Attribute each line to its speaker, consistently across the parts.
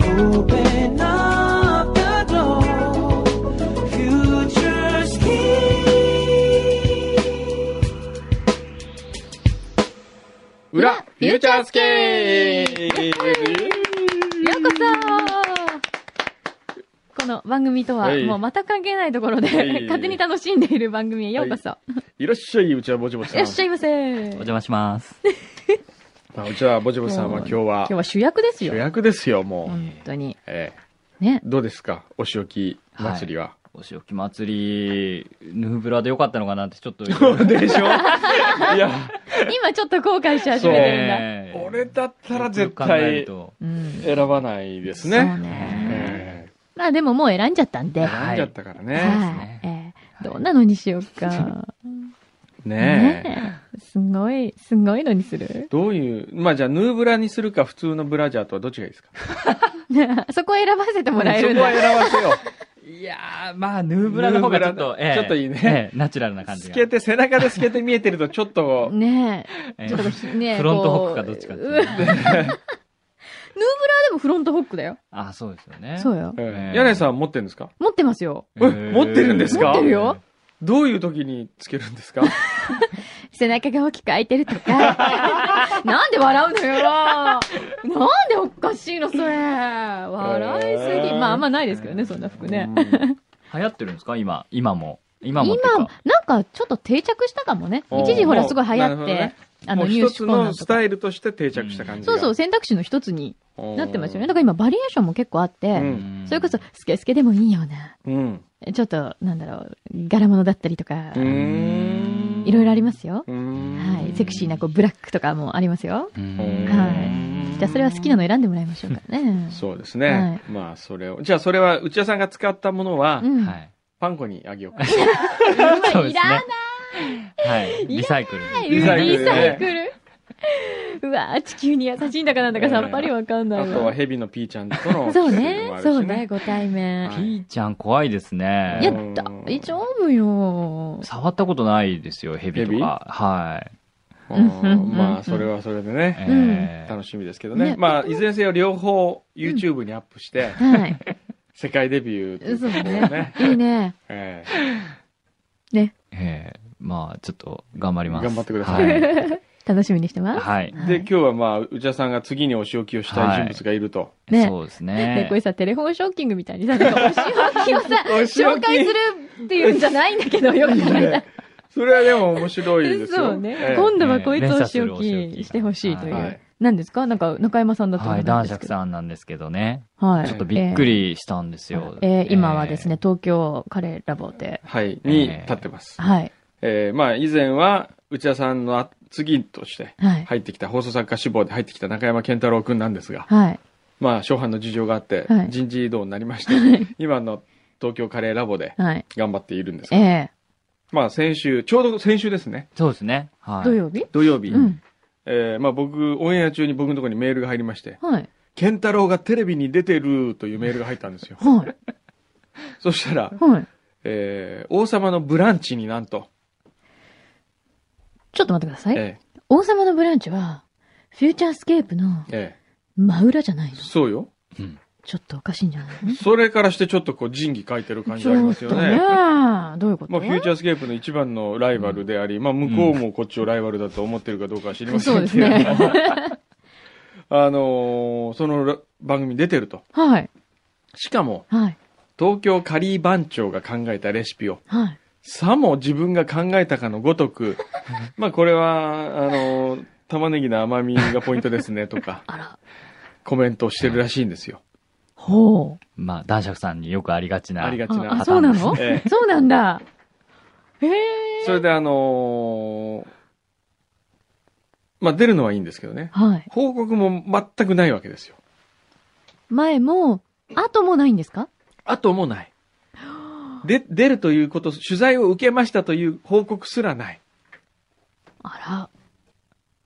Speaker 1: Open up the door, future's key.
Speaker 2: 裏フューチャースケー
Speaker 3: ようこそこの番組とは
Speaker 2: はい
Speaker 3: もう全く関係ないところで、
Speaker 2: はい
Speaker 3: 勝手に楽しんでいる番組へようこそ、
Speaker 2: いらっしゃい、うちはぼちぼち
Speaker 3: い
Speaker 2: さん。
Speaker 3: らっしゃいませ
Speaker 4: お邪魔します。
Speaker 2: まあうちはぼちぼちさんは今日
Speaker 3: 今
Speaker 2: は
Speaker 3: 日は主役です
Speaker 2: 主
Speaker 3: よ
Speaker 2: 役ですよ、もう。
Speaker 3: 本当に
Speaker 2: え
Speaker 3: ね
Speaker 2: えどうですかお仕置き祭りは。
Speaker 4: お仕置き祭り、ヌーブラでよかったのかなってちょっと。
Speaker 2: で しょいや、
Speaker 3: 今ちょっと後悔し始めてるんだ、
Speaker 4: ええ
Speaker 2: 俺だったら絶
Speaker 4: よく考え
Speaker 2: 対
Speaker 4: ると
Speaker 3: うん
Speaker 2: 選ばないです
Speaker 3: そう
Speaker 2: ね。
Speaker 3: ね
Speaker 2: え
Speaker 3: まあでももう選んじゃったんで、
Speaker 2: え
Speaker 3: は
Speaker 2: 選ん
Speaker 3: い
Speaker 2: じゃったからね。
Speaker 3: ええどんなのにしようか
Speaker 2: ねえ。
Speaker 3: ねえすごいすごいのにする
Speaker 2: どういう、まあじゃあ、ヌーブラにするか普通のブラジャーとはどっちがいいですか
Speaker 3: そこ選ばせてもらえるん
Speaker 2: そこは
Speaker 3: だ
Speaker 2: 選ばせよう。
Speaker 4: いやー、まあ、ヌーブラの方がちょっ
Speaker 2: ヌー
Speaker 4: と
Speaker 2: ブ、ラ
Speaker 4: ええ
Speaker 2: ちょっといいね
Speaker 4: ええ ナチュラルな感じ
Speaker 2: 透
Speaker 4: が。
Speaker 2: けて、背中で透けて見えてるとちょっと、
Speaker 3: ね
Speaker 4: え
Speaker 3: え
Speaker 4: え
Speaker 3: ちょっとひねえ
Speaker 4: フロントホ
Speaker 3: こう
Speaker 4: ックかどっちかっていうう
Speaker 3: わヌーブラでもフロントホックだよ。
Speaker 4: あ、そうですよね。
Speaker 3: そうよ。
Speaker 2: え
Speaker 4: え
Speaker 2: え
Speaker 4: え
Speaker 2: 柳井さん持ってるんですか
Speaker 3: 持ってますよ。
Speaker 4: ええ
Speaker 2: え持ってるんですか
Speaker 3: 持ってるよ。
Speaker 2: どういう時につけるんですか
Speaker 3: 背中が大きく開いてる とか。なんで笑うのよ。なんでおかしいの、それ。笑いすぎ。
Speaker 2: えー
Speaker 3: まあ、あんまないですけどね、そんな服ね。
Speaker 4: 流行ってるんですか今、今も。今
Speaker 3: 今
Speaker 4: もっていうか。、
Speaker 3: なんかちょっと定着したかもね。
Speaker 2: おー
Speaker 3: 一時ほら、すごい流
Speaker 2: なるほ
Speaker 3: 行っ
Speaker 2: ど
Speaker 3: て、
Speaker 2: ね
Speaker 3: あ
Speaker 2: も
Speaker 3: の、
Speaker 2: う
Speaker 3: ニュー
Speaker 2: 一
Speaker 3: ス
Speaker 2: つ
Speaker 3: コーナ
Speaker 2: の
Speaker 3: ー
Speaker 2: ス
Speaker 3: とか。
Speaker 2: タイルとして定着した感じが、
Speaker 3: そうそう、選択肢の一つになってますよね。
Speaker 2: か
Speaker 3: だから今、バリエーションも結構あって、
Speaker 2: うん
Speaker 3: それこそ、、スケスケでもいいような。
Speaker 2: ら、うん。
Speaker 3: ちょっと、なんだろう、柄物だったりとか
Speaker 2: う、ん
Speaker 3: いろいろありますよ。
Speaker 2: うーん
Speaker 3: はい。セクシーな、こう、ブラックとかもありますよ。
Speaker 4: う
Speaker 2: うー
Speaker 4: ん
Speaker 2: ん
Speaker 3: はい。じゃあ、それは好きなの選んでもらいましょうかね。
Speaker 2: そうですね。まあ、それを。じゃあ、それは、内田さんが使ったものは
Speaker 3: う、ん。
Speaker 4: はい。
Speaker 2: パンコにあげようか。
Speaker 4: そう
Speaker 3: い
Speaker 4: ですね
Speaker 3: ら
Speaker 4: はい。リサイクル。
Speaker 3: ない
Speaker 2: リサイクル
Speaker 3: リ
Speaker 2: ね
Speaker 3: サイクル。うわ地球に優しいんだかなんだかさっぱりわかんな
Speaker 2: あ
Speaker 3: い
Speaker 2: とは、
Speaker 3: わ。
Speaker 2: ヘビのピーちゃんとの。
Speaker 3: そうね
Speaker 2: もあ。るし
Speaker 3: そうね。。ご対面
Speaker 2: は。
Speaker 4: ピーちゃん怖いですね。
Speaker 3: いや、
Speaker 2: うん
Speaker 3: 大丈夫よ。
Speaker 4: 触ったことないですよ、ヘビと
Speaker 2: ヘビ
Speaker 4: か。はい。
Speaker 2: う
Speaker 3: うん
Speaker 2: んまあ、それはそれでね。
Speaker 4: ええ
Speaker 2: 楽しみですけどね。
Speaker 3: ね
Speaker 2: まあ、いずれにせよ、両方、YouTube にアップして、
Speaker 3: はい。
Speaker 2: 世界デビューという
Speaker 3: そ
Speaker 2: と
Speaker 3: う
Speaker 2: ころを
Speaker 3: ね。いいね。
Speaker 2: ええ
Speaker 3: ね。
Speaker 4: ええまあ、ちょっと頑張ります。
Speaker 2: 頑張ってください
Speaker 4: はい。
Speaker 3: 楽しみにしてます。
Speaker 4: はい
Speaker 3: はい
Speaker 2: で、今日はまあ、内田さんが次にお仕置きをしたい人物がいると。、
Speaker 3: ね
Speaker 4: そうです
Speaker 3: ね、
Speaker 4: ね。
Speaker 3: これさ、テレフォンショッキングみたいにさ、なんかお仕置きをさ
Speaker 2: お仕置
Speaker 3: 紹
Speaker 2: き
Speaker 3: 介するっていうんじゃないんだけど、よく考えたら。
Speaker 2: それはでも面白いですよ。
Speaker 3: そうね、
Speaker 2: ええ
Speaker 3: 今度はこいつをお仕置
Speaker 4: 連鎖するお仕置
Speaker 3: き
Speaker 4: き
Speaker 3: してほしいという。
Speaker 2: はい
Speaker 3: 何ですかなんか、中山さんだった
Speaker 4: はい、
Speaker 3: な
Speaker 4: 男
Speaker 3: んです
Speaker 4: 爵
Speaker 3: けど。
Speaker 4: さんなんですけどね。
Speaker 3: はい。
Speaker 4: ちょっとびっくりしたんです
Speaker 3: えー
Speaker 4: よ。
Speaker 3: えー今はですね、東京カレーラボで。
Speaker 2: はい、
Speaker 4: ええ
Speaker 2: に立ってます。
Speaker 3: はい。
Speaker 2: ええまあ、以前は、内田さんのあ次として、
Speaker 3: はい。
Speaker 2: 入ってきた、放送作家志望で入ってきた中山健太郎くんなんですが、
Speaker 3: はい。
Speaker 2: まあ、初版の事情があって
Speaker 3: は、い
Speaker 2: 人事異動になりまして、今の東京カレーラボで
Speaker 3: はい。
Speaker 2: 頑張っているんです
Speaker 3: え
Speaker 2: が
Speaker 3: え
Speaker 2: まあ、先週、ちょうど先週ですね。
Speaker 4: え。そうですね。はい。
Speaker 3: 土曜日
Speaker 2: 土曜日。
Speaker 3: うん。
Speaker 2: えーまあ僕、オンエア中に僕のところにメールが入りまして、
Speaker 3: はい。。
Speaker 2: 健太郎がテレビに出てるというメールが入ったんですよ
Speaker 3: はい。
Speaker 2: そしたら、
Speaker 3: はい。
Speaker 2: えー王様のブランチになんと、
Speaker 3: ちょっと待ってください。
Speaker 2: え
Speaker 3: 王様のブランチは、フューチャースケープの
Speaker 2: ーえ
Speaker 3: 真裏じゃないの
Speaker 2: ー。そうよ。
Speaker 4: うん
Speaker 3: ちょっとおかしいんじゃないの
Speaker 2: それからしてちょっとこう、仁義書いてる感じありますよ
Speaker 3: ちょっ
Speaker 2: ね。
Speaker 3: とねどういうこと
Speaker 2: まあ、フューチャースケープの一番のライバルであり、まあ、向こうもこっちをライバルだと思ってるかどうかは知りませ
Speaker 3: そうんです
Speaker 2: けれども、
Speaker 3: ね。
Speaker 2: あのーそのら番組出てると。
Speaker 3: はい。
Speaker 2: しかも、
Speaker 3: はい。
Speaker 2: 東京カリー番長が考えたレシピを、
Speaker 3: はい。
Speaker 2: さも自分が考えたかのごとく、まあこれは、あの、玉ねぎの甘みがポイントですねと か、
Speaker 3: あら。
Speaker 2: コメントをしてるらしいんですよ。
Speaker 3: ほう。
Speaker 4: まあ、男爵さんによくありがちな。
Speaker 2: ありがち
Speaker 3: あ、
Speaker 2: な。
Speaker 3: あそうなの
Speaker 4: パ
Speaker 2: え
Speaker 3: そうなんだ。へえ。
Speaker 2: えそれであのーまあ出るのはいいんですけどね。
Speaker 3: はい。
Speaker 2: 報告も全くないわけですよ。
Speaker 3: 前も、後もないんですか
Speaker 2: あともない。 で、出るということ、取材を受けましたという報告すらない。
Speaker 3: あら。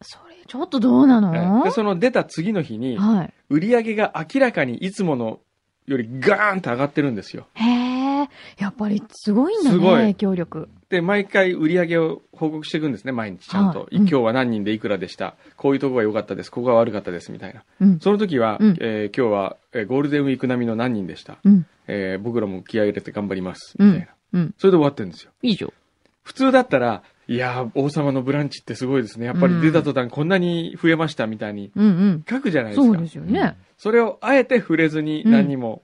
Speaker 3: それ、ちょっとどうな
Speaker 2: え
Speaker 3: の
Speaker 2: えで、その出た次の日に、
Speaker 3: はい。
Speaker 2: 売り上げが明らかにいつものよりガーンと上がってるんですよ。
Speaker 3: へえ。へえ、やっぱりすごいんだ
Speaker 2: すご
Speaker 3: ね、
Speaker 2: い
Speaker 3: 影響力。
Speaker 2: で、毎回売り上げを報告していくんですね、毎日ちゃんと。
Speaker 3: はいうん
Speaker 2: 今日は何人でいくらでした。こういうとこが良かったです。ここが悪かったです。みたいな。
Speaker 3: うん。
Speaker 2: その時は、
Speaker 3: うん
Speaker 2: えー今日は、えーゴールデンウィーク並みの何人でした。
Speaker 3: うん。
Speaker 2: えー僕らも気合い入れて頑張ります。
Speaker 3: う
Speaker 2: みたいな。
Speaker 3: ん。うん。
Speaker 2: それで終わってるんですよ。
Speaker 3: いいじゃん。
Speaker 2: 普通だったら、いやー、王様のブランチってすごいですね。やっぱり出た途端こんなに増えましたみたいに
Speaker 3: うん
Speaker 2: 書くじゃない
Speaker 3: うん。
Speaker 2: です
Speaker 3: そう
Speaker 2: か。
Speaker 3: ですよね。
Speaker 2: それをあえて触れずに何にも。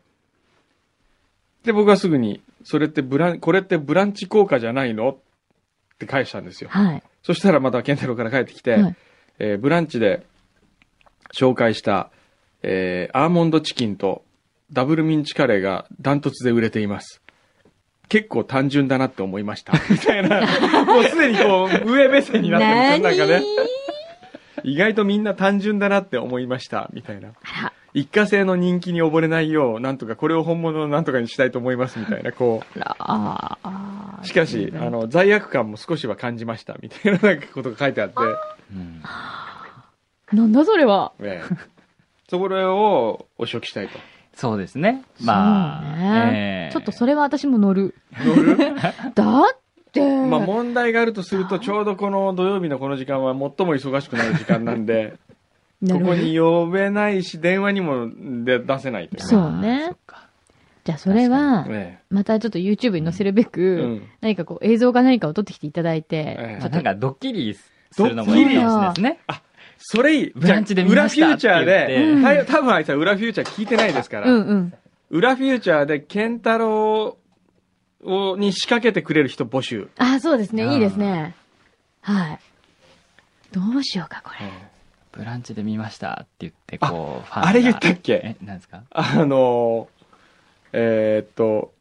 Speaker 2: で、僕はすぐに、それってブラン、これってブランチ効果じゃないのって返したんですよ。
Speaker 3: はい。
Speaker 2: そしたらまた健太郎から帰ってきて、
Speaker 3: はい
Speaker 2: えーブランチで紹介した、えーアーモンドチキンとダブルミンチカレーがダントツで売れています。結構単純だなって思いま した。みたいな、もうすでにこう、上目線になってるんですよ、なんかね。意外とみんな単純だなって思いました、みたいな。
Speaker 3: あら、
Speaker 2: 一過性の人気に溺れないよう、なんとかこれを本物のなんとかにしたいと思います、みたいな、こう。
Speaker 3: あら、ああ。
Speaker 2: しかし、あの、罪悪感も少しは感じました、みたいななんかことが書いてあって、
Speaker 4: うん
Speaker 3: なんだそれは。
Speaker 2: ええ、そこらをお仕置きしたいと。
Speaker 4: そうですね。
Speaker 3: そ
Speaker 4: ま
Speaker 3: う
Speaker 4: あ、
Speaker 3: ね
Speaker 4: ええ
Speaker 3: ちょっとそれは私も乗る。
Speaker 2: 乗る
Speaker 3: だって、
Speaker 2: まあ問題があるとすると、ちょうどこの土曜日のこの時間は最も忙しくなる時間なんで、
Speaker 3: な
Speaker 2: こ
Speaker 3: るほ
Speaker 2: こ
Speaker 3: ど
Speaker 2: に呼べないし、電話にもで出せないという。
Speaker 3: そうね
Speaker 4: ああそっか
Speaker 3: じゃあそれは、
Speaker 2: え
Speaker 3: またちょっと YouTube に載せるべ
Speaker 2: え
Speaker 3: く、
Speaker 2: うん、
Speaker 3: 何かこう映像か何かを撮ってきていただいて、
Speaker 2: ええ
Speaker 4: ちょっとなんかドッキリするのもいいかもしれないですね。
Speaker 2: それいい。
Speaker 4: ブランチで見
Speaker 2: 裏
Speaker 4: ま
Speaker 2: フ
Speaker 4: した
Speaker 2: ューチャー
Speaker 4: って
Speaker 2: で、
Speaker 3: 言って
Speaker 2: た多分あいつは裏フューチャー聞いてないですから、
Speaker 3: うんうん。
Speaker 2: 裏フューチャーで健太郎をに仕掛けてくれる人募集。
Speaker 3: あ、そうです
Speaker 4: あ
Speaker 3: ね。
Speaker 4: あ
Speaker 3: いいですね。はい。どうしようか、これ。
Speaker 4: ブランチで見ましたって言って、こう、ファンが
Speaker 2: あれ言ったっけ
Speaker 4: え、なんですか
Speaker 2: あのーえーっと、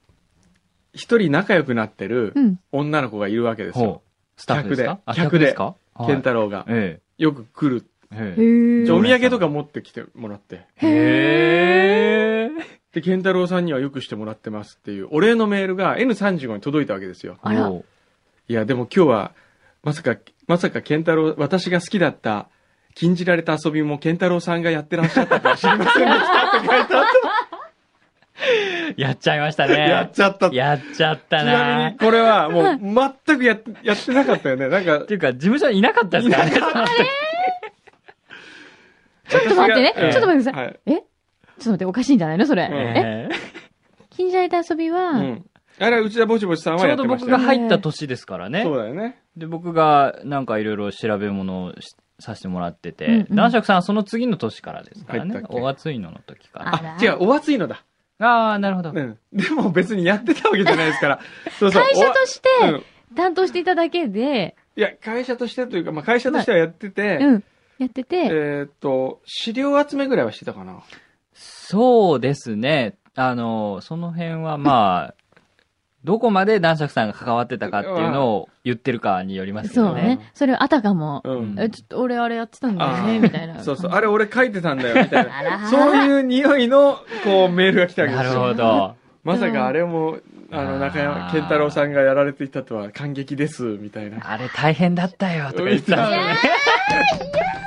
Speaker 2: 一人仲良くなってる
Speaker 3: うん。
Speaker 2: 女の子がいるわけですよ。
Speaker 4: ほう。スタッフですか
Speaker 2: 客で
Speaker 4: あ
Speaker 2: 客で
Speaker 4: ですかはい
Speaker 2: 健太郎が。
Speaker 4: え
Speaker 2: よく来る。
Speaker 4: え。え
Speaker 3: へ
Speaker 4: え
Speaker 2: じゃあ
Speaker 3: ー
Speaker 2: お土産とか持ってきてもらって。
Speaker 4: へえ。
Speaker 2: で、健太郎さんにはよくしてもらってますっていうお礼のメールが N35 に届いたわけですよ。
Speaker 3: あら
Speaker 4: おう
Speaker 2: いや、でも今日は、まさか、まさか健太郎、私が好きだった、禁じられた遊びも健太郎さんがやってらっしゃったとは知り ませんでしたって書いてあっ
Speaker 4: やっちゃいました
Speaker 2: て、やっ
Speaker 4: ね。
Speaker 2: ちゃったって。
Speaker 4: やっちゃった
Speaker 2: ちなみ
Speaker 4: な
Speaker 2: に。これはも う全くやっやってなかったよね。なんか
Speaker 4: って、いうか、事務所にいなかったですからね。
Speaker 2: ちょっ
Speaker 3: と待ってね ちょっと待ってくださ
Speaker 2: い。はい
Speaker 3: えちょっと待って、おかしいんじゃないのそれ。
Speaker 2: うん
Speaker 3: え
Speaker 4: ええ
Speaker 3: 禁じられた遊びは、
Speaker 2: うん。あれは内田ぼちぼちさんは
Speaker 4: ちょ
Speaker 2: や
Speaker 4: う
Speaker 2: って
Speaker 4: ど
Speaker 2: まし
Speaker 4: 僕
Speaker 2: たよ
Speaker 4: が。入った年ですからね。
Speaker 2: そうだよね。
Speaker 4: で、僕がなんかいろいろ調べ物をしさせてもらってて、
Speaker 3: うんうん
Speaker 4: 男爵さんはその次の年からですから
Speaker 2: 入
Speaker 4: ね
Speaker 2: った。っけ
Speaker 4: お熱いのの時から。
Speaker 2: あ、違う、お熱いのだ。
Speaker 4: ああー、なるほど。
Speaker 2: うん。でも別にやってたわけじゃないです から。そうそう。
Speaker 3: 会社として
Speaker 2: おうん
Speaker 3: 担当していただけで、
Speaker 2: いや、会社としてというか、まあ会社としてはやってて、
Speaker 3: うん、やってて、
Speaker 2: えーっと、資料集めぐらいはしてたかな。
Speaker 4: そうですね。あの、その辺はまあ、どこまで男爵さんが関わってたかっていうのを言ってるかによりますけ
Speaker 3: そ
Speaker 4: ど
Speaker 3: う
Speaker 4: ね。
Speaker 3: ね。それをあたかも、
Speaker 2: うん。
Speaker 3: え、ちょっと俺あれやってたんだよ
Speaker 2: あ
Speaker 3: ね、
Speaker 2: ー
Speaker 3: みたいな。
Speaker 2: そうそう、あれ俺書いてたんだよ、みたいな。
Speaker 3: あら
Speaker 2: そういう匂いの、こう、メールが来たわけ
Speaker 4: な
Speaker 2: で
Speaker 4: る
Speaker 2: すよ。
Speaker 4: ほど。
Speaker 2: まさかあれも、あの、
Speaker 4: あー
Speaker 2: 中山健太郎さんがやられていたとは感激です、みたいな。
Speaker 4: あれ大変だったよ、とか言ってたんですよね。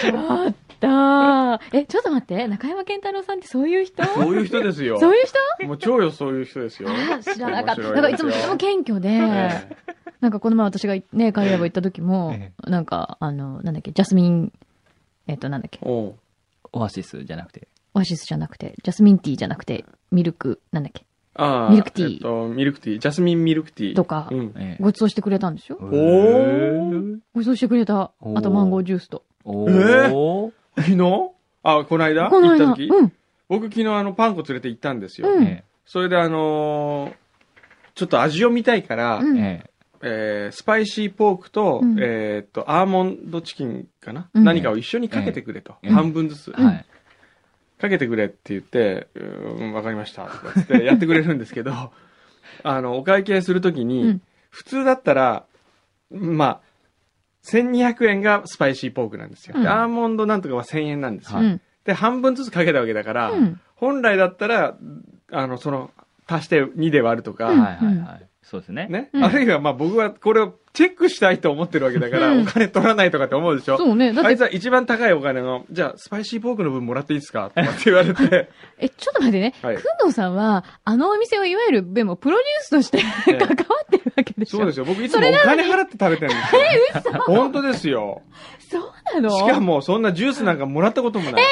Speaker 3: ちょっと、え、ちょっと待って、中山健太郎さんってそうい う人
Speaker 2: そういう人ですよ。
Speaker 3: そういう人
Speaker 2: もう超よ、そういう人ですよ。
Speaker 3: あ知らなかった。
Speaker 2: 面白
Speaker 3: なんかい
Speaker 2: ですよ
Speaker 3: つもとても謙虚で、
Speaker 2: ええ
Speaker 3: なんかこの前私がね、カリアボ行った時も
Speaker 4: え、
Speaker 3: なんか、あの、なんだっけ、ジャスミン、えっと、なんだっけ、
Speaker 2: おう
Speaker 4: オアシスじゃなくて。
Speaker 3: オアシスじゃなくて、ジャスミンティーじゃなくて、ミルク、なんだっけ、
Speaker 2: あ
Speaker 3: ミルクティー
Speaker 2: えっと、ミルクティー。ジャスミンミルクティー。
Speaker 3: とか
Speaker 2: うん。
Speaker 4: ええ
Speaker 3: ご馳走してくれたんでしょ
Speaker 4: お
Speaker 2: ー
Speaker 3: ご馳走してくれた。
Speaker 4: おー
Speaker 3: あとマンゴージュースと。
Speaker 4: お
Speaker 2: え
Speaker 4: ー
Speaker 2: 昨日あ、この間
Speaker 3: この間、
Speaker 2: 行った時、
Speaker 3: うん。
Speaker 2: 僕昨日あの、パンコ連れて行ったんですよ。
Speaker 3: うん
Speaker 4: え
Speaker 2: それであのーちょっと味を見たいから、
Speaker 3: うん
Speaker 4: ええ
Speaker 2: えースパイシーポークと、
Speaker 3: うん
Speaker 2: えーっと、アーモンドチキンかな、
Speaker 3: うん
Speaker 2: 何かを一緒にかけてくれと。
Speaker 4: ええ
Speaker 2: 半分ずつ、
Speaker 4: え。はい。
Speaker 2: かけてくれって言って、うーん、わかりました。とか言ってやってくれるんですけど、 あの、お会計するときに、
Speaker 3: うん
Speaker 2: 普通だったら、まあ、1200円がスパイシーポークなんですよ。で
Speaker 3: うん
Speaker 2: アーモンドなんとかは1000円なんですよ。
Speaker 4: はい
Speaker 3: うん。
Speaker 2: で、半分ずつかけたわけだから、
Speaker 3: うん
Speaker 2: 本来だったら、あの、その、足して2で割るとか、
Speaker 3: うん
Speaker 4: はいはいはい。そうですね。
Speaker 2: ね、
Speaker 3: うん
Speaker 2: あるいはまあ僕はこれをチェックしたいと思ってるわけだから、
Speaker 3: うん
Speaker 2: お金取らないとかって思うでしょ
Speaker 3: そうね。だ
Speaker 2: あい
Speaker 3: っ
Speaker 2: つ
Speaker 3: て、
Speaker 2: は一番高いお金の、じゃあ、スパイシーポークの分もらっていいですかとかって言われて、
Speaker 3: え、ちょっと待ってね。く
Speaker 2: は
Speaker 3: ん
Speaker 2: い
Speaker 3: どうさんは、あのお店をいわゆる、でも、プロデュースとして
Speaker 2: え
Speaker 3: 関わってるわけでしょ。
Speaker 2: そうですよ。僕いつ
Speaker 3: そ
Speaker 2: も
Speaker 3: れ
Speaker 2: お
Speaker 3: なの
Speaker 2: 金
Speaker 3: に
Speaker 2: 払って食べてるんですよ。本当ですよ。
Speaker 3: そうなの
Speaker 2: しかも、そんなジュースなんかもらったこともない。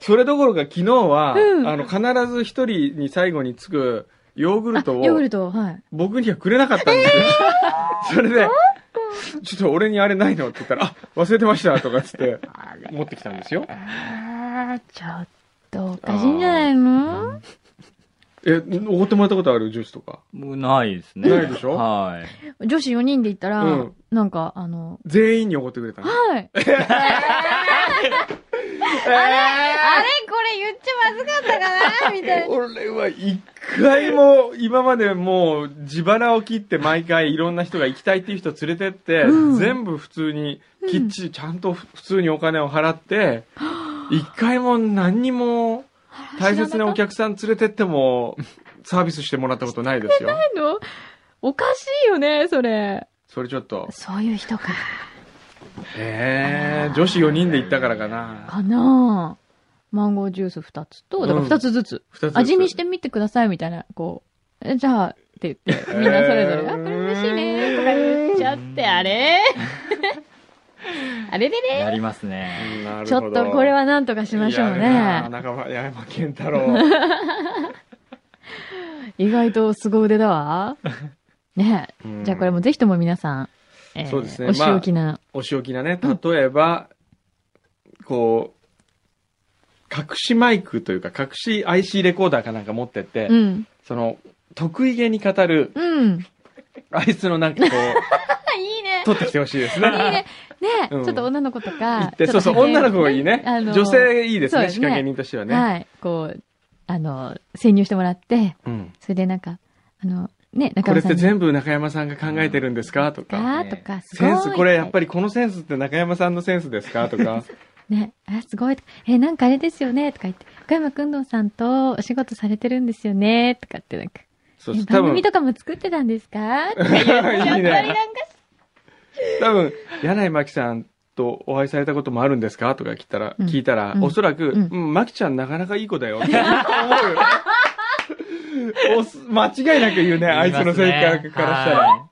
Speaker 2: それどころか昨日は、
Speaker 3: うん
Speaker 2: あの、必ず一人に最後につくヨーグル
Speaker 3: あ、ヨ
Speaker 2: ト
Speaker 3: ーグ
Speaker 2: を
Speaker 3: ルトを、はい。
Speaker 2: 僕にはくれなかったんですよ。それで、ちょっと俺にあれないのって言ったら、あ、忘れてましたとかっつって、持ってきたんですよ。
Speaker 3: あー、ちょっと、おかしいんじゃないの
Speaker 2: え、おごってもらったことあるジュースとか。
Speaker 4: もうないですね。
Speaker 2: ないでしょ
Speaker 4: はい。
Speaker 3: 女子4人で行ったら、
Speaker 2: うん
Speaker 3: なんか、あの、
Speaker 2: 全員におごってくれたの。
Speaker 3: はい。あれ、あれ、これ言っちゃまずかったかなみたいな。
Speaker 2: 俺は一回も今までもう自腹を切って毎回いろんな人が行きたいっていう人連れてって、
Speaker 3: うん
Speaker 2: 全部普通にきっちりちゃんと普通にお金を払って一回も何にも大切なお客さん連れてってもサービスしてもらったことないですよ。
Speaker 3: の おかしいよね、それ。
Speaker 2: それちょっと。
Speaker 3: そういう人か。
Speaker 2: えー、女子4人で行ったからかな。
Speaker 3: かなぁマンゴージュース2つと、だから
Speaker 2: うん
Speaker 3: 2つずつ。
Speaker 2: 二つずつ
Speaker 3: 味見してみてください、みたいな、こう。えじゃあ、って言って、みんなそれぞ
Speaker 2: え
Speaker 3: れ、
Speaker 2: ー
Speaker 3: あ、これ嬉しいね、とか言っちゃって、あれ あれれ
Speaker 4: や
Speaker 3: れ
Speaker 4: りますね。
Speaker 2: なる
Speaker 3: ちょ
Speaker 2: ほ
Speaker 3: っ
Speaker 2: ど
Speaker 3: とこれはなんとかしましょう
Speaker 2: やるな
Speaker 3: ね。
Speaker 2: 中村山健太 郎。
Speaker 3: 意外と凄腕 だわ。ねえ
Speaker 2: うん
Speaker 3: じゃあこれもぜひとも皆さん、えー
Speaker 2: そうですね
Speaker 3: お仕置きな、
Speaker 2: お仕置きなね、例えば、こう、隠しマイクというか、隠し IC レコーダーかなんか持ってって、
Speaker 3: うん。
Speaker 2: その、得意げに語る、
Speaker 3: うん。
Speaker 2: あいつのなんかこ
Speaker 3: あ、いいね
Speaker 2: う、。撮ってきてほしいです
Speaker 3: いいね。
Speaker 2: ね。
Speaker 3: ねえ、
Speaker 2: うん
Speaker 3: ちょっと女の子と
Speaker 2: 行
Speaker 3: か
Speaker 2: っ。て、
Speaker 3: ち
Speaker 2: そ
Speaker 3: ょ
Speaker 2: う
Speaker 3: っと
Speaker 2: そう、女の子がいいね。
Speaker 3: あの
Speaker 2: 女性いいです
Speaker 3: そう
Speaker 2: ね、
Speaker 3: です
Speaker 2: 仕
Speaker 3: ね
Speaker 2: 掛け人としてはね。
Speaker 3: はい。こう、あの、潜入してもらって、
Speaker 2: うん
Speaker 3: それでなんか、あの、ね、中
Speaker 2: これ
Speaker 3: 村
Speaker 2: っ
Speaker 3: さん
Speaker 2: て
Speaker 3: に。
Speaker 2: 全部中山さんが考えてるんですかとか。
Speaker 3: あ
Speaker 4: ね
Speaker 3: ーとか、すご
Speaker 2: セ
Speaker 3: い。
Speaker 2: ンス、これやっぱりこのセンスって中山さんのセンスですかと か。
Speaker 3: り。ね、あ、すごい。え、なんかあれですよね、とか言って、岡山くんどうさんとお仕事されてるんですよね、とかってなんか、
Speaker 2: そう
Speaker 3: え
Speaker 2: そう、多
Speaker 3: 番
Speaker 2: 分
Speaker 3: 組、とかも作ってたんですかとか
Speaker 2: いい
Speaker 3: やっぱり
Speaker 2: ね。
Speaker 3: なんか、
Speaker 2: 多分、柳井真紀さんとお会いされたこともあるんですかとか聞いたら、
Speaker 3: うん
Speaker 2: 聞いたら、
Speaker 3: うん
Speaker 2: おそらく、
Speaker 3: う
Speaker 2: うんん、真紀ちゃんなかなかいい子だよって思う。おす間違いなく言うね、あいつの性格からしたら。
Speaker 4: ら。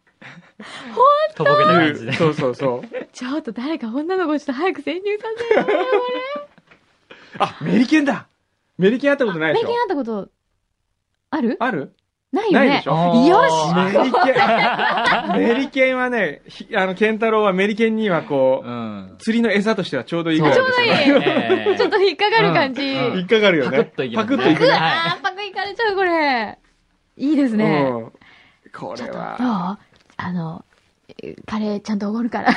Speaker 4: 本当とぼけた
Speaker 2: 言
Speaker 4: 感じ
Speaker 2: う
Speaker 4: で。
Speaker 2: そうそうそう。
Speaker 3: ちょっと誰か女の子ちょっと早く潜入させようよ、こ
Speaker 2: あ、メリケンだメリケン会ったことない
Speaker 3: れ。
Speaker 2: で
Speaker 3: メ
Speaker 2: し
Speaker 3: イ
Speaker 2: ょ
Speaker 3: キンあったこと、ある
Speaker 2: ある
Speaker 3: ないよ
Speaker 2: ない
Speaker 3: ね
Speaker 2: でし。ょ
Speaker 3: よし
Speaker 2: メリケン。メリケンはね、ひあの、ケンタロウはメリケンにはこ
Speaker 4: う
Speaker 2: う、
Speaker 4: ん。
Speaker 2: 釣りの餌としてはちょうどいいぐらいですよね。
Speaker 3: ちょうどいい
Speaker 4: ええ
Speaker 3: ちょっと引っかかる感じ。
Speaker 4: うんうん
Speaker 2: 引っかかるよね。
Speaker 4: パクッといきま
Speaker 2: パク
Speaker 4: すね
Speaker 2: ッといく
Speaker 3: う
Speaker 2: ね。
Speaker 3: わー、パクいかれちゃう、これ。いいですね。
Speaker 2: うん。こ
Speaker 3: ちょ
Speaker 2: れ
Speaker 3: っと、どう
Speaker 2: は。
Speaker 3: あの、えカレーちゃんとおご るから。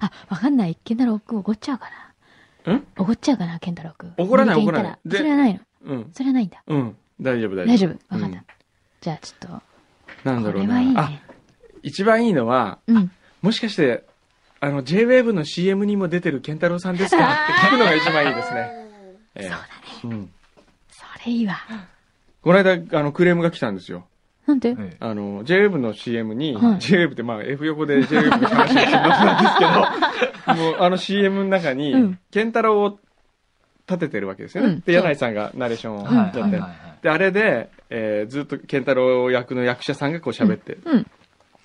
Speaker 3: あ、わかんない。ケンタロウくんおごっちゃうかな。
Speaker 2: ん
Speaker 3: おごっちゃうかな、ケンタロウくん。
Speaker 2: おごらない
Speaker 3: 森健行
Speaker 2: おごらない
Speaker 3: った
Speaker 2: で
Speaker 3: それはないの。
Speaker 2: うん。
Speaker 3: それはないんだ。
Speaker 2: うん。大丈夫、大丈夫。
Speaker 3: 大丈夫。わかっ
Speaker 2: う
Speaker 3: た。じゃあ、ちょっと、
Speaker 2: なん
Speaker 3: こ
Speaker 2: だろ
Speaker 3: れ
Speaker 2: う
Speaker 3: はいい
Speaker 2: な。あ
Speaker 3: ね、。
Speaker 2: 一番いいのは、
Speaker 3: うん。
Speaker 2: もしかして、あの、JWAVE の CM にも出てる健太郎さんです かって聞くのが一番いいですね。ええ
Speaker 3: そうだね。
Speaker 2: うん。
Speaker 3: それいいわ。
Speaker 2: この間、あの、クレームが来たんですよ。
Speaker 3: なんで
Speaker 4: え
Speaker 2: あの、JWAVE の CM に、
Speaker 3: はい
Speaker 2: JWAVE ってまあ F 横で JWAVE の話をしますんですけど、も うあの CM の中
Speaker 3: う
Speaker 2: に
Speaker 3: ん、
Speaker 2: 健太郎を立ててるわけですよ
Speaker 3: う
Speaker 2: ね
Speaker 3: ん。
Speaker 2: で、柳井さんがナレーションを
Speaker 4: え
Speaker 2: やっ
Speaker 4: はい
Speaker 2: て
Speaker 4: はい
Speaker 2: て
Speaker 4: はいは。
Speaker 2: で、あれで、えーずっと健太郎役の役者さんがこう喋って、
Speaker 3: うん。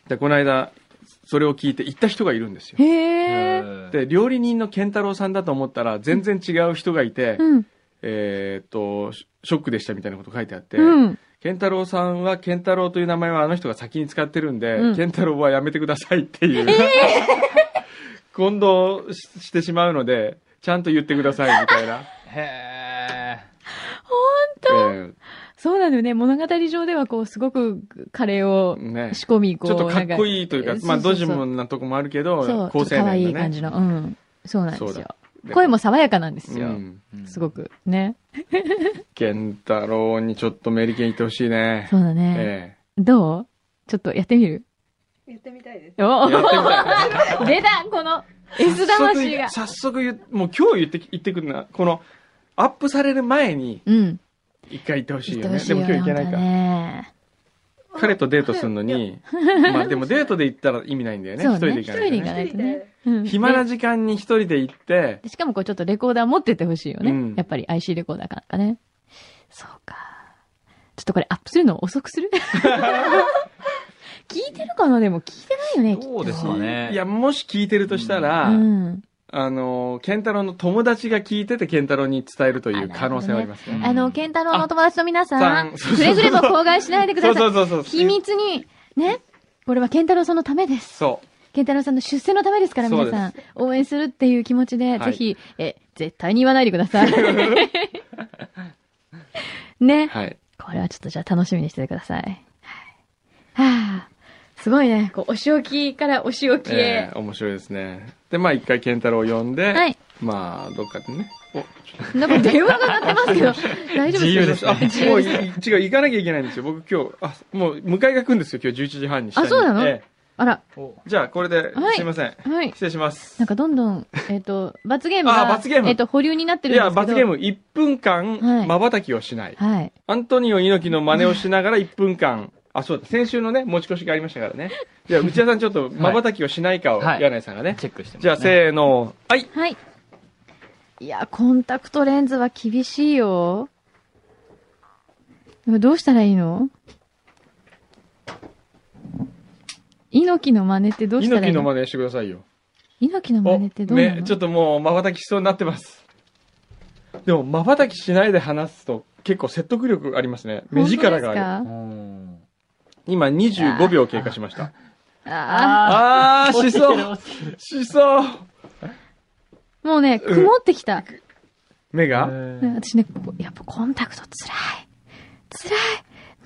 Speaker 2: で、この間、それを聞いて行った人がいるんですよ。
Speaker 3: へー。
Speaker 4: い。で、
Speaker 2: で、料理人の健太郎さんだと思ったら、全然違う人がいて、
Speaker 3: うん。
Speaker 2: えーっと、シショックでしたみたいなこと書いてあって、
Speaker 3: うん。
Speaker 2: 健太郎さんは健太郎という名前はあの人が先に使ってるんで、
Speaker 3: うん
Speaker 2: 健太郎はやめてくださいっていう、 混同ししてしまうので、ちゃんと言ってくださいみたいな。
Speaker 4: へ
Speaker 2: え
Speaker 3: そうなのよね。物語上では、こう、すごくカレーを
Speaker 2: ーね、
Speaker 3: 仕込み、こ
Speaker 2: ち
Speaker 3: う、
Speaker 2: ょっとかっこ
Speaker 3: い
Speaker 2: いいというか、
Speaker 3: なんか
Speaker 2: まあ
Speaker 3: そう
Speaker 2: ド
Speaker 3: そうそ
Speaker 2: ジ
Speaker 3: う
Speaker 2: モンなとこもあるけど、
Speaker 3: そう、
Speaker 2: 高青年
Speaker 3: 可
Speaker 2: のね。
Speaker 3: 愛い感じの。うん。そうなんで
Speaker 2: そ
Speaker 3: す
Speaker 2: う
Speaker 3: よ
Speaker 2: だ。
Speaker 3: 声も爽やかなんです
Speaker 2: う
Speaker 3: よ。
Speaker 2: ん。
Speaker 4: ー
Speaker 3: すご。く。ね。
Speaker 2: 健太郎にちょっとメリケン行ってほしいね。
Speaker 3: そうだね。
Speaker 2: え
Speaker 3: どうちょっとやってみるやってみ
Speaker 2: えや
Speaker 3: た
Speaker 2: ってみたい。
Speaker 3: いです。お出たこの S 魂が。
Speaker 2: 早速言う、もう今日言ってき、言ってくるな。この、アップされる前に
Speaker 3: うん。
Speaker 2: 一回言ってほしい
Speaker 3: 言
Speaker 2: よ
Speaker 3: って
Speaker 2: ね。
Speaker 3: ほしいよ
Speaker 2: でも今日行けない
Speaker 3: 本
Speaker 2: か
Speaker 3: 当は
Speaker 2: ら。
Speaker 3: ね
Speaker 2: 彼とデートするの に、まあでもデートで行ったら意味ないんだよね。一
Speaker 3: そう
Speaker 2: 人で
Speaker 3: ね
Speaker 2: 行かない
Speaker 3: 一
Speaker 2: とね。
Speaker 3: 人で行かないと
Speaker 5: 一人
Speaker 3: ね
Speaker 5: で。
Speaker 3: うん
Speaker 2: 暇な時間に一人で行って、
Speaker 3: でしかもこうちょっとレコーダー持ってってほしいよね。
Speaker 2: うん
Speaker 3: やっぱり IC レコーダーかなんかね。そうか。ちょっとこれアップするの遅くする 聞いてるかなでも聞いてないよね。きっと
Speaker 4: どうですかね。
Speaker 2: いや、もし聞いてるとしたら、
Speaker 3: うん。
Speaker 2: あの、ケンタロウの友達が聞いててケンタロウに伝えるという可能性はあります
Speaker 4: うん
Speaker 2: ね。
Speaker 3: あの、ケンタロウのお友達の皆さん、
Speaker 2: あさん
Speaker 3: くれぐれも口外しないでく
Speaker 2: そ
Speaker 3: だ
Speaker 2: うそ
Speaker 3: さ
Speaker 2: うそうそう。
Speaker 3: い。秘密に、ね。これはケンタロウさんのためです。
Speaker 2: そ
Speaker 3: ケンタロウさんの出世のためですから、
Speaker 2: そうで
Speaker 3: 皆
Speaker 2: す
Speaker 3: さん。応援するっていう気持ちで、
Speaker 2: はい
Speaker 3: ぜひ、え、絶対に言わないでくだ さい。ね
Speaker 2: う。。はい。
Speaker 3: これはちょっとじゃあ楽しみにしててください。はいはあ、すごいね。こう、お仕置きからお仕置き
Speaker 2: え
Speaker 3: へ。
Speaker 2: え面白いですね。で、まあ一回ケンタロウを呼んで、
Speaker 3: はい
Speaker 2: まあ、どっかでね。お
Speaker 3: なんか電話が鳴ってますけ ど、大丈夫
Speaker 2: 自由です。あ、
Speaker 3: 自由
Speaker 2: もうい
Speaker 3: です。
Speaker 2: 違う、行かなきゃいけないんですよ。僕今日、あ、もう迎えが来るんですよ。今日11時半に下に
Speaker 3: あそうなの
Speaker 2: え
Speaker 3: あら、
Speaker 2: えじゃあ、これで、
Speaker 3: はい
Speaker 2: すいません。
Speaker 3: はい。
Speaker 2: 失礼します。
Speaker 3: なんかどんどん、えっ、と、罰ゲームが、
Speaker 2: あ罰ゲーム
Speaker 3: えっ、と、保留になって
Speaker 2: い
Speaker 3: るんです
Speaker 2: や、
Speaker 3: けど。
Speaker 2: 罰ゲーム、1分間、
Speaker 3: はい
Speaker 2: 瞬きをしない。
Speaker 3: はい。
Speaker 2: アントニオ猪木の真似をしながら1分間、あ、そうだ、先週のね、持ち越しがありましたから ね。じゃあ、内田さんちょっと、瞬きをしないかを、
Speaker 4: はい
Speaker 2: 柳井さんがね。
Speaker 4: チェックしてますね
Speaker 2: じゃあ、せーの、はい。
Speaker 3: はい。いや、コンタクトレンズは厳しいよ。どうしたらいいの猪木の真似ってどうした
Speaker 2: 猪
Speaker 3: ら
Speaker 2: 木
Speaker 3: いい
Speaker 2: の
Speaker 3: の
Speaker 2: 真似してくださいよ。
Speaker 3: 猪木の真
Speaker 2: お
Speaker 3: 似ってどうな
Speaker 2: め
Speaker 3: の
Speaker 2: ちょっともう、瞬きしそうになってます。でも、瞬きしないで話すと、結構説得力ありますね。目力がある。
Speaker 3: あ
Speaker 4: うん
Speaker 2: 今25秒経過しました。
Speaker 3: あ
Speaker 4: あ
Speaker 2: あ
Speaker 4: あ、
Speaker 2: ー、 しそうしそう
Speaker 3: ー。もうね、曇ってきた。
Speaker 2: 目が、
Speaker 3: ね私ね、ここやっぱコンタクトつらい。つらい。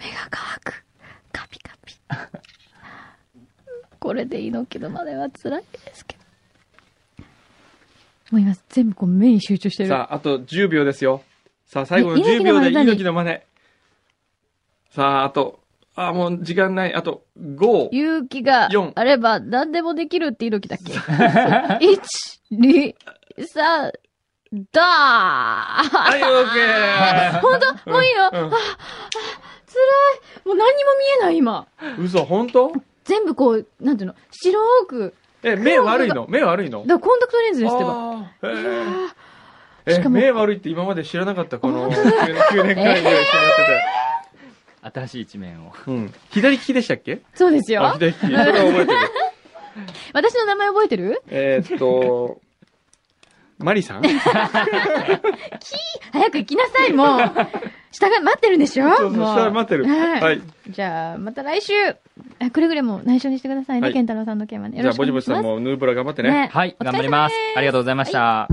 Speaker 3: 目が乾く。カピカ ピ。これで猪木のまではつらいですけど。もう今全部こう目に集中してる。
Speaker 2: さあ、あと10秒ですよ。さあ、最後の
Speaker 3: え猪
Speaker 2: 10
Speaker 3: 木
Speaker 2: 秒
Speaker 3: の真
Speaker 2: で
Speaker 3: 似何
Speaker 2: 猪木の真似。さあ、あと、あーもう時間ない。あと、5、
Speaker 3: 勇気が
Speaker 2: 四
Speaker 3: あれば何でもできるって猪木だっけ ?1、2、3、だー
Speaker 2: はい、OK!
Speaker 3: 本当もういいの、
Speaker 2: うん
Speaker 3: つらいもう何にも見えない今。
Speaker 2: 嘘、本当
Speaker 3: 全部こう、なんていうの白く。
Speaker 2: え、目悪いの目悪いの
Speaker 3: だからコンタクトレンズですってば。
Speaker 2: あーへー
Speaker 3: し
Speaker 2: え、
Speaker 3: かも
Speaker 2: 目悪いって今まで知らなかった、この9年間ぐらい知らなく
Speaker 4: 新しい一面を。
Speaker 2: て。うん。左利きでしたっけ
Speaker 3: そうです
Speaker 2: あ、
Speaker 3: よ。
Speaker 2: 左利き。それは 覚えてる。
Speaker 3: 私の名前覚えてる
Speaker 2: えーっと、マリさん
Speaker 3: 早く行きなさ い、もう。下が待ってるんでしょ
Speaker 2: そうそう、
Speaker 3: も
Speaker 2: 下待ってる。
Speaker 3: はい
Speaker 2: はい。
Speaker 3: じゃあ、また来週。あくれぐれも内緒にしてくださいね、
Speaker 2: はい
Speaker 3: 健太郎さんの件はね。
Speaker 2: じゃあ、ぼちぼちさん
Speaker 3: も。
Speaker 2: もヌーブラ頑張ってね。
Speaker 3: ね。
Speaker 4: はい、
Speaker 3: お疲れ様
Speaker 4: 頑張りま
Speaker 3: ですす。
Speaker 4: ありがとうございました。